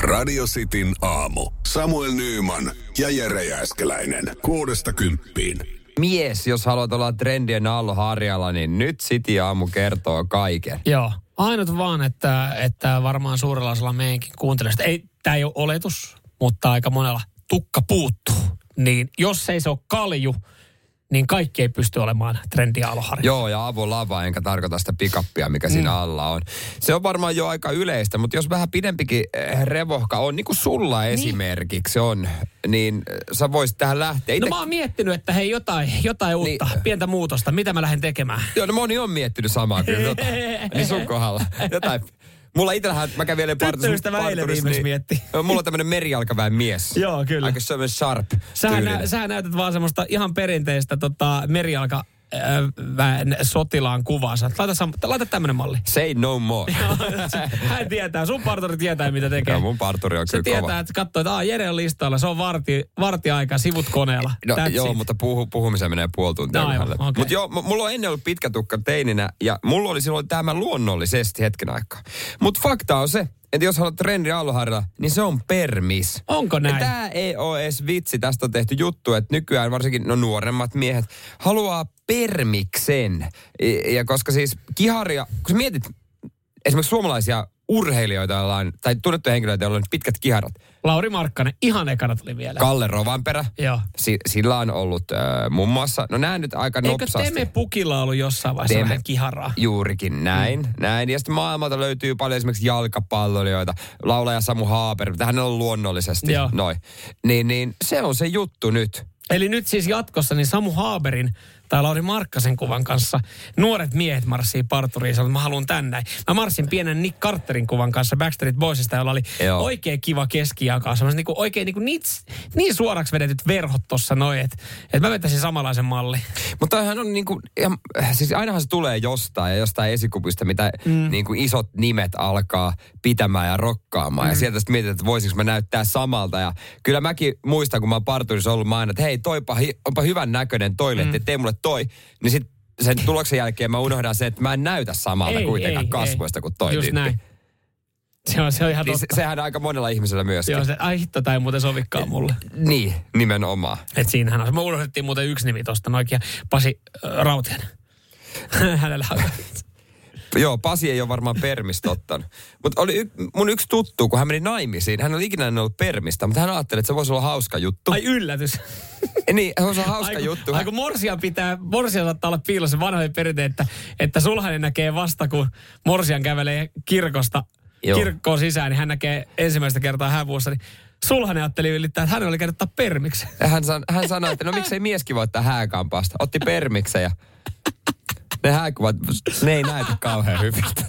Radio Cityn aamu. Samuel Nyyman ja Jere Jääskeläinen. Kuudesta kymppiin. mies, jos haluat olla trendien Allo Harjalla, niin nyt City Aamu kertoo kaiken. Joo. Ainut vaan, että, että varmaan suurella osalla meidänkin kuuntelijoista, ei, tämä ei ole oletus, mutta aika monella tukka puuttuu. Niin jos ei se ole kalju, niin kaikki ei pysty olemaan trendiä aloharja. Joo, ja avolava, enkä tarkoita sitä pikappia, mikä Mm. siinä alla on. Se on varmaan jo aika yleistä, mutta jos vähän pidempikin eh, revohka on, niin kuin sulla niin. esimerkiksi on, niin eh, sä voisit tähän lähteä. Ite, No mä oon miettinyt, että hei jotain, jotain uutta, Niin. pientä muutosta, mitä mä lähden tekemään. Joo, no moni on miettinyt samaa kyllä. Tota, niin sun kohdalla. Jotain. Mulla itsellähän, mä kävin eilen partus- Tyttöystävä eilen parturissa, viimeksi mietti. Mulla on tämmönen merijalkaväen mies. Joo, kyllä. Aika semmoinen sharp Sähän, tyylinen. nä, sähän näytät vaan semmoista ihan perinteistä tota, merialka äh, väen sotilaan kuvaa. Sä oot, Laita, sam- laita tämmönen malli. Say no more. Hän tietää, sun parturi tietää mitä tekee. Joo, mun parturi on Se kyllä tietää, kova. että katsoo, että aah, Jere on listalla, se on varti, vartiaika, sivut koneella. No, That's joo, it. mutta puhu, puhumiseen menee puoli tuntia. No aivan, okei. Mutta joo, mu- mulla on ennen ollut pitkä tukka teininä ja mulla oli silloin tämä luonnollisesti hetken aikaa. Mutta fakta on se, että jos haluat trendi aalloharjalla, niin se on permis. Onko näin? Tämä ei ole edes vitsi, tästä on tehty juttu, että nykyään varsinkin no nuoremmat miehet haluaa permiksen. E- Ja koska siis kiharia, kun sä mietit esimerkiksi suomalaisia urheilijoita, joilla on, tai tunnettuja henkilöitä, joilla on pitkät kiharat. Lauri Markkanen, ihan ekana tuli vielä. Kalle Rovanperä. Joo. Si- sillä on ollut äh, muun muassa, no nämä nyt aika Eikö nopsasti. Teme Pukilla ollut jossain vaiheessa Teme. vähän kiharaa? Juurikin näin, mm. näin. Ja sitten maailmalta löytyy paljon esimerkiksi jalkapallolijoita. Laulaja Samu Haaper, tähän on luonnollisesti. Joo. Noin. Niin, niin se on se juttu nyt. Eli nyt siis jatkossa niin Samu Haaberin tai Lauri Markkasen kuvan kanssa nuoret miehet marssii parturiin ja sanoo, että mä haluan tän näin. Mä marssin pienen Nick Carterin kuvan kanssa Backstreet Boysista, jolla oli Joo. oikein kiva keskijalka. Semmoiset niinku, oikein niinku nits, niin suoraksi vedetyt verhot tossa noin, että et mä vetäisin samanlaisen mallin. Mutta tämähän on niin kuin, siis ainahan se tulee jostain ja jostain esikuvista, mitä mm. niin kuin isot nimet alkaa pitämään ja rokkaamaan. Mm. Ja sieltä sitten mietitään, että voisinko mä näyttää samalta. Ja kyllä mäkin muistan, kun mä oon parturissa ollut, mä aina, että hei, toipa, hi- onpa hyvän näköinen toiletti, mm. tee mulle toi. Niin sitten sen tuloksen jälkeen mä unohdan sen, että mä en näytä samalta ei, kuitenkaan ei, kasvoista kuin toi Just tyyppi. näin. Se on, se on ihan Niin se, totta. sehän aika monella ihmisellä myöskin. Joo, se, ai hitto, tai ei muuten sovikaan mulle. Niin, nimenomaan. Et siinähän on. Me unohdettiin muuten yksi nimi tosta, noikia Pasi äh, Rautiainen. Hänellä on Joo, Pasi ei ole varmaan permistä ottanut. Mutta oli y- mun yksi tuttu, kun hän meni naimisiin. Hän oli ikinä en ollut permistä, mutta hän ajatteli, että se voisi olla hauska juttu. Ai yllätys. Niin, se voisi olla hauska Aiku- juttu. Aiku morsia pitää, morsia saattaa olla piilossa vanhojen perinteen, että, että sulhanen näkee vasta, kun morsian kävelee kirkosta Joo. Joo. kirkkoon sisään, niin hän näkee ensimmäistä kertaa hävuossa, niin sulhanen ajatteli ylittää, että hän oli käynyt ottaa permiksi. Hän, san, hän sanoi, että no miksei mieskin voi ottaa hääkampaasta. Otti permiksen ja ne hääkuvat, ne ei näytä kauhean hyviltä.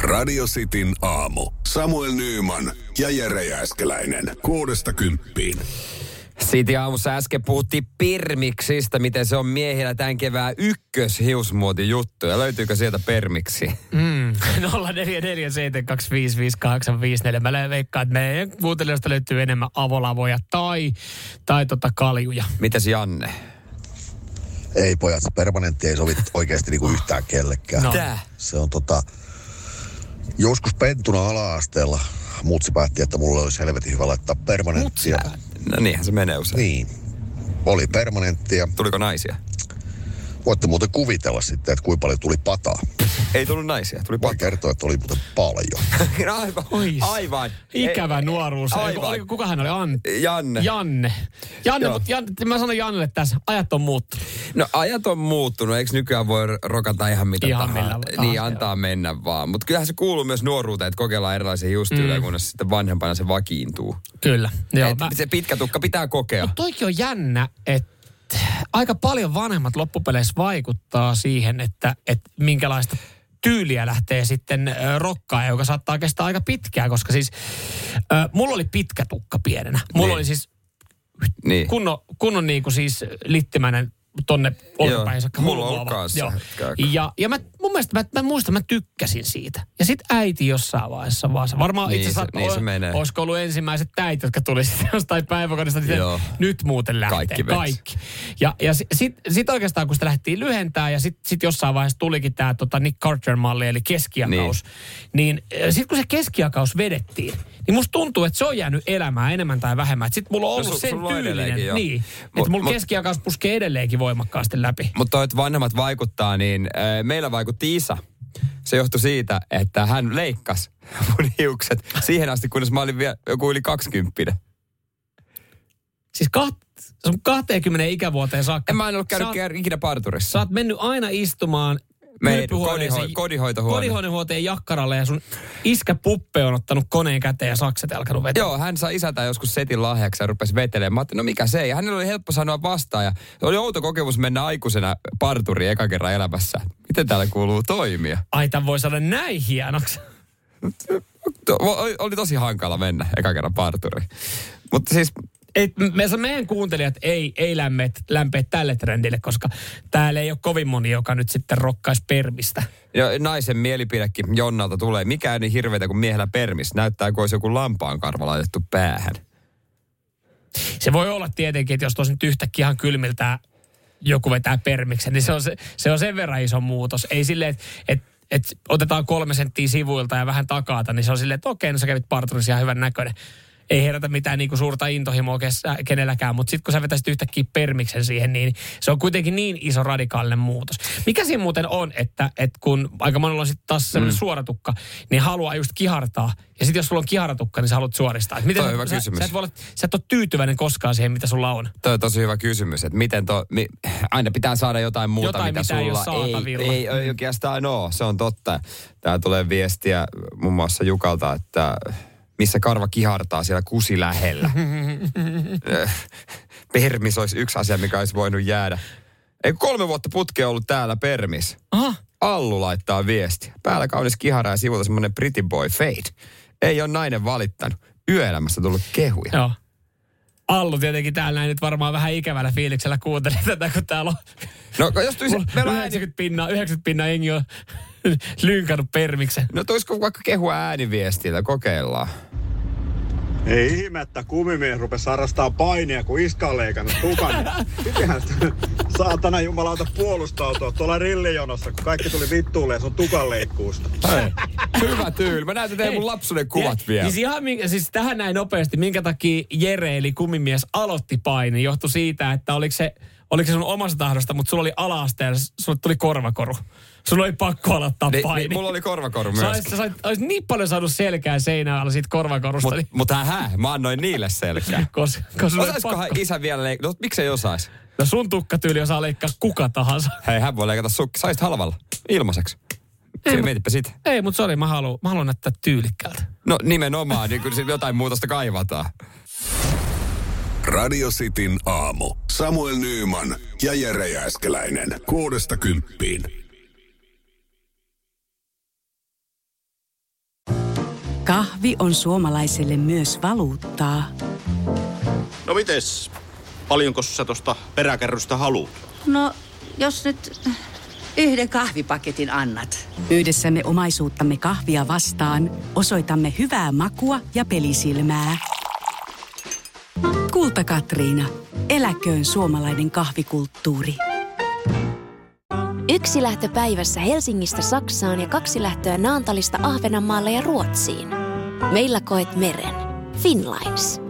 Radio Cityn aamu. Samuel Nyyman ja Jere Jääskeläinen. Kuudesta kymppiin. Siitä aamussa äsken puhuttiin permiksistä, miten se on miehillä tämän kevään ykköshiusmuoti juttu. Ja löytyykö sieltä permiksi? Mm. 0447255854. Mä veikkaan, että meidän kuuntelijoista löytyy enemmän avolavoja tai, tai tota kaljuja. Mitäs Janne? Ei pojat, se permanentti ei sovi oikeasti niinku yhtään kellekään. No. Tää. Se on tota, joskus pentuna ala-asteella mutsi päätti, että mulle olisi helvetin hyvä laittaa permanenttia. No niinhän se menee usein. Niin, oli permanenttia. Tuliko naisia? Voitte muuten kuvitella sitten, että kuinka paljon tuli pataa. Ei tullut naisia, tuli Voin pakka. kertoa, että oli muuten paljon. aivan, Oi, aivan. Ikävä Ei- nuoruus. Aivan. Oliko- Kuka hän oli? Antti. Janne. Janne. Janne, Joo. mutta Janne, mä sanon Jannelle tässä, ajat on muuttunut. No ajat on muuttunut, eikö nykyään voi rokata ihan mitä Ihan tahansa? millä tahansa, Niin, joo. antaa mennä vaan. Mutta kyllähän se kuuluu myös nuoruuteen, että kokeillaan erilaisia justyylejä, mm. kunnes sitten vanhempana se vakiintuu. Kyllä. Joo, Joo, Et, mä, Se pitkä tukka pitää kokea. toikin on jännä, että aika paljon vanhemmat loppupeleissä vaikuttaa siihen, että, että minkälaista tyyliä lähtee sitten ö, rokkaan, joka saattaa kestää aika pitkään, koska siis ö, mulla oli pitkä tukka pienenä. Mulla Niin. niin. oli siis Niin. kunnon, kunnon niin kuin siis littimäinen tonne olkapäin saakka. mulla hulluava. on kanssa Joo. hetken aikaa. Ja, ja mä, mun mielestä, mä, mä muistan, mä tykkäsin siitä. Ja sit äiti jossain vaiheessa vaan, se- varmaan Niin itse se- asiassa, niin se ol- menee. olisiko ollut ensimmäiset täit, jotka tuli sitten jostain päiväkodista, että Joo. nyt muuten lähtee. Kaikki veks. Kaikki. Ja, ja sit, sit, sit, oikeastaan, kun sitä lähdettiin lyhentää ja sit, sit jossain vaiheessa tulikin tämä tota Nick Carter-malli, eli keskiakaus, niin, niin sitten kun se keskiakaus vedettiin, niin musta tuntuu, että se on jäänyt elämään enemmän tai vähemmän. Sitten mulla on No ollut su- sen sulla on edelleenkin, joo. tyylinen. Niin, Mut- että mulla mut- keskiakaus puskee edelleenkin voimakkaasti läpi. Mutta toi, että vanhemmat vaikuttaa, niin äh, meillä vaikutti isä. Se johtui siitä, että hän leikkasi mun hiukset siihen asti, kunnes mä olin vielä joku yli kaksikymppinen. Siis kaht, sun 20 ikävuoteen saakka. En mä en ollut käynyt sä oot- ker- ikinä Sä parturissa. oot mennyt aina istumaan Meidän kylpyhuoneeseen- kodinhoi- kodinhoitohuone. kodinhoitohuoneen jakkaralle ja sun iskä Puppe on ottanut koneen käteen ja sakset alkanut vetää. Joo, hän sai isältä joskus setin lahjaksi ja rupesi vetelemään. Mä ajattelin, no mikä se ei. Hänellä oli helppo sanoa vastaan ja oli outo kokemus mennä aikuisena parturiin eka kerran elämässä. Miten täällä kuuluu toimia? Ai tämän voi saada näin hienoksi. To- o- Oli tosi hankala mennä eka kerran parturiin. Mutta siis Et me, se meidän kuuntelijat ei, ei lämpeä, lämpeä tälle trendille, koska täällä ei ole kovin moni, joka nyt sitten rokkaisi permistä. Ja naisen mielipidekin Jonnalta tulee. Mikä ei niin hirveätä kuin miehellä permis. Näyttää kuin olisi joku lampaan karva laitettu päähän. Se voi olla tietenkin, että jos tosin nyt yhtäkkiä ihan kylmiltään joku vetää permiksen, niin se on, se, se on sen verran iso muutos. Ei silleen, että et, et otetaan kolme senttiä sivuilta ja vähän takaata, niin se on silleen, että okei, no sä kävit parturissa ihan hyvän näköinen. Ei herätä mitään niin kuin suurta intohimoa kesä, kenelläkään, mutta sitten kun sä vetäisit yhtäkkiä permiksen siihen, niin se on kuitenkin niin iso radikaalinen muutos. Mikä siinä muuten on, että, että kun aika monella on sitten taas sellainen mm. suoratukka, niin haluaa just kihartaa. Ja sitten jos sulla on kiharatukka, niin sä haluat suoristaa. Et Miten Toi on sä- hyvä sä, kysymys. Sä et, voi olla, sä et ole tyytyväinen koskaan siihen, mitä sulla on. Toi on tosi hyvä kysymys, että miten to, mi, aina pitää saada jotain muuta, Jotain, mitä, mitä ei ole sulla ei, saatavilla. Mm. ei, ei oikeastaan ole. Se on totta. Tää tulee viestiä muun muassa Jukalta, että missä karva kihartaa siellä kusi lähellä. Eh, permis olisi yksi asia, mikä olisi voinut jäädä. Ei kun kolme vuotta putkea ollut täällä permis. Aha. Allu laittaa viesti. Päällä kaunis kihara ja sivulta semmonen pretty boy fade. Ei ole nainen valittanut. Yöelämässä tullut kehuja. Joo. Allu tietenkin täällä näin nyt varmaan vähän ikävällä fiiliksellä kuuntelee tätä, kun täällä on No jos tulisi, meillä on ääni, 90 pinnaa, 90 pinnaa engi on lynkannut permiksen. No tulisiko vaikka kehua ääniviestillä, kokeillaan. Ei ihme, että kumimies rupesi harrastaa painia, kun iska on leikannut tukan. Mitenhän sitä- saatana jumalauta puolustautua tuolla rillijonossa, kun kaikki tuli vittuulle sun tukan leikkuusta. Hyvä tyyli. Mä näytän teidän mun lapsuuden kuvat Ja- vielä. Siis, ihan, minkä- siis tähän näin nopeasti, minkä takia Jere eli kumimies aloitti paini, johtui siitä, että oliko se, oliko se sun omasta tahdosta, mutta sulla oli ala-asteella, sulla tuli korvakoru. Sulla oli pakko aloittaa Ni, paini. ni, Niin, mulla oli korvakoru Sä olisit, myös. sä sait- olisit niin paljon saanut selkää seinään alla siitä korvakorusta, Mutta mut, niin, mut hä, mä annoin niille selkää. koska, koska sulla oli Osaiskohan pakko. isä vielä leikata? No, miksei osais? No sun tukkatyyli osaa leikkaa kuka tahansa. Hei, hän voi leikata sukki. Saisit halvalla. Ilmaiseksi. Ei, mietipä sitä. Ei, mutta sori, mä haluan, mä haluan näyttää tyylikkäältä. No nimenomaan, niin kyllä siinä jotain muutosta kaivataan. Radio Cityn aamu. Samuel Nyyman ja Jere Jääskeläinen. Kuudesta kymppiin. Kahvi on suomalaiselle myös valuuttaa. No mites? Paljonko sä tosta peräkärrystä haluut? No, jos nyt yhden kahvipaketin annat. Yhdessämme omaisuuttamme kahvia vastaan osoitamme hyvää makua ja pelisilmää. Kulta Katriina. Eläköön suomalainen kahvikulttuuri. Yksi lähtö päivässä Helsingistä Saksaan ja kaksi lähtöä Naantalista Ahvenanmaalle ja Ruotsiin. Meillä koet meren. Finlines.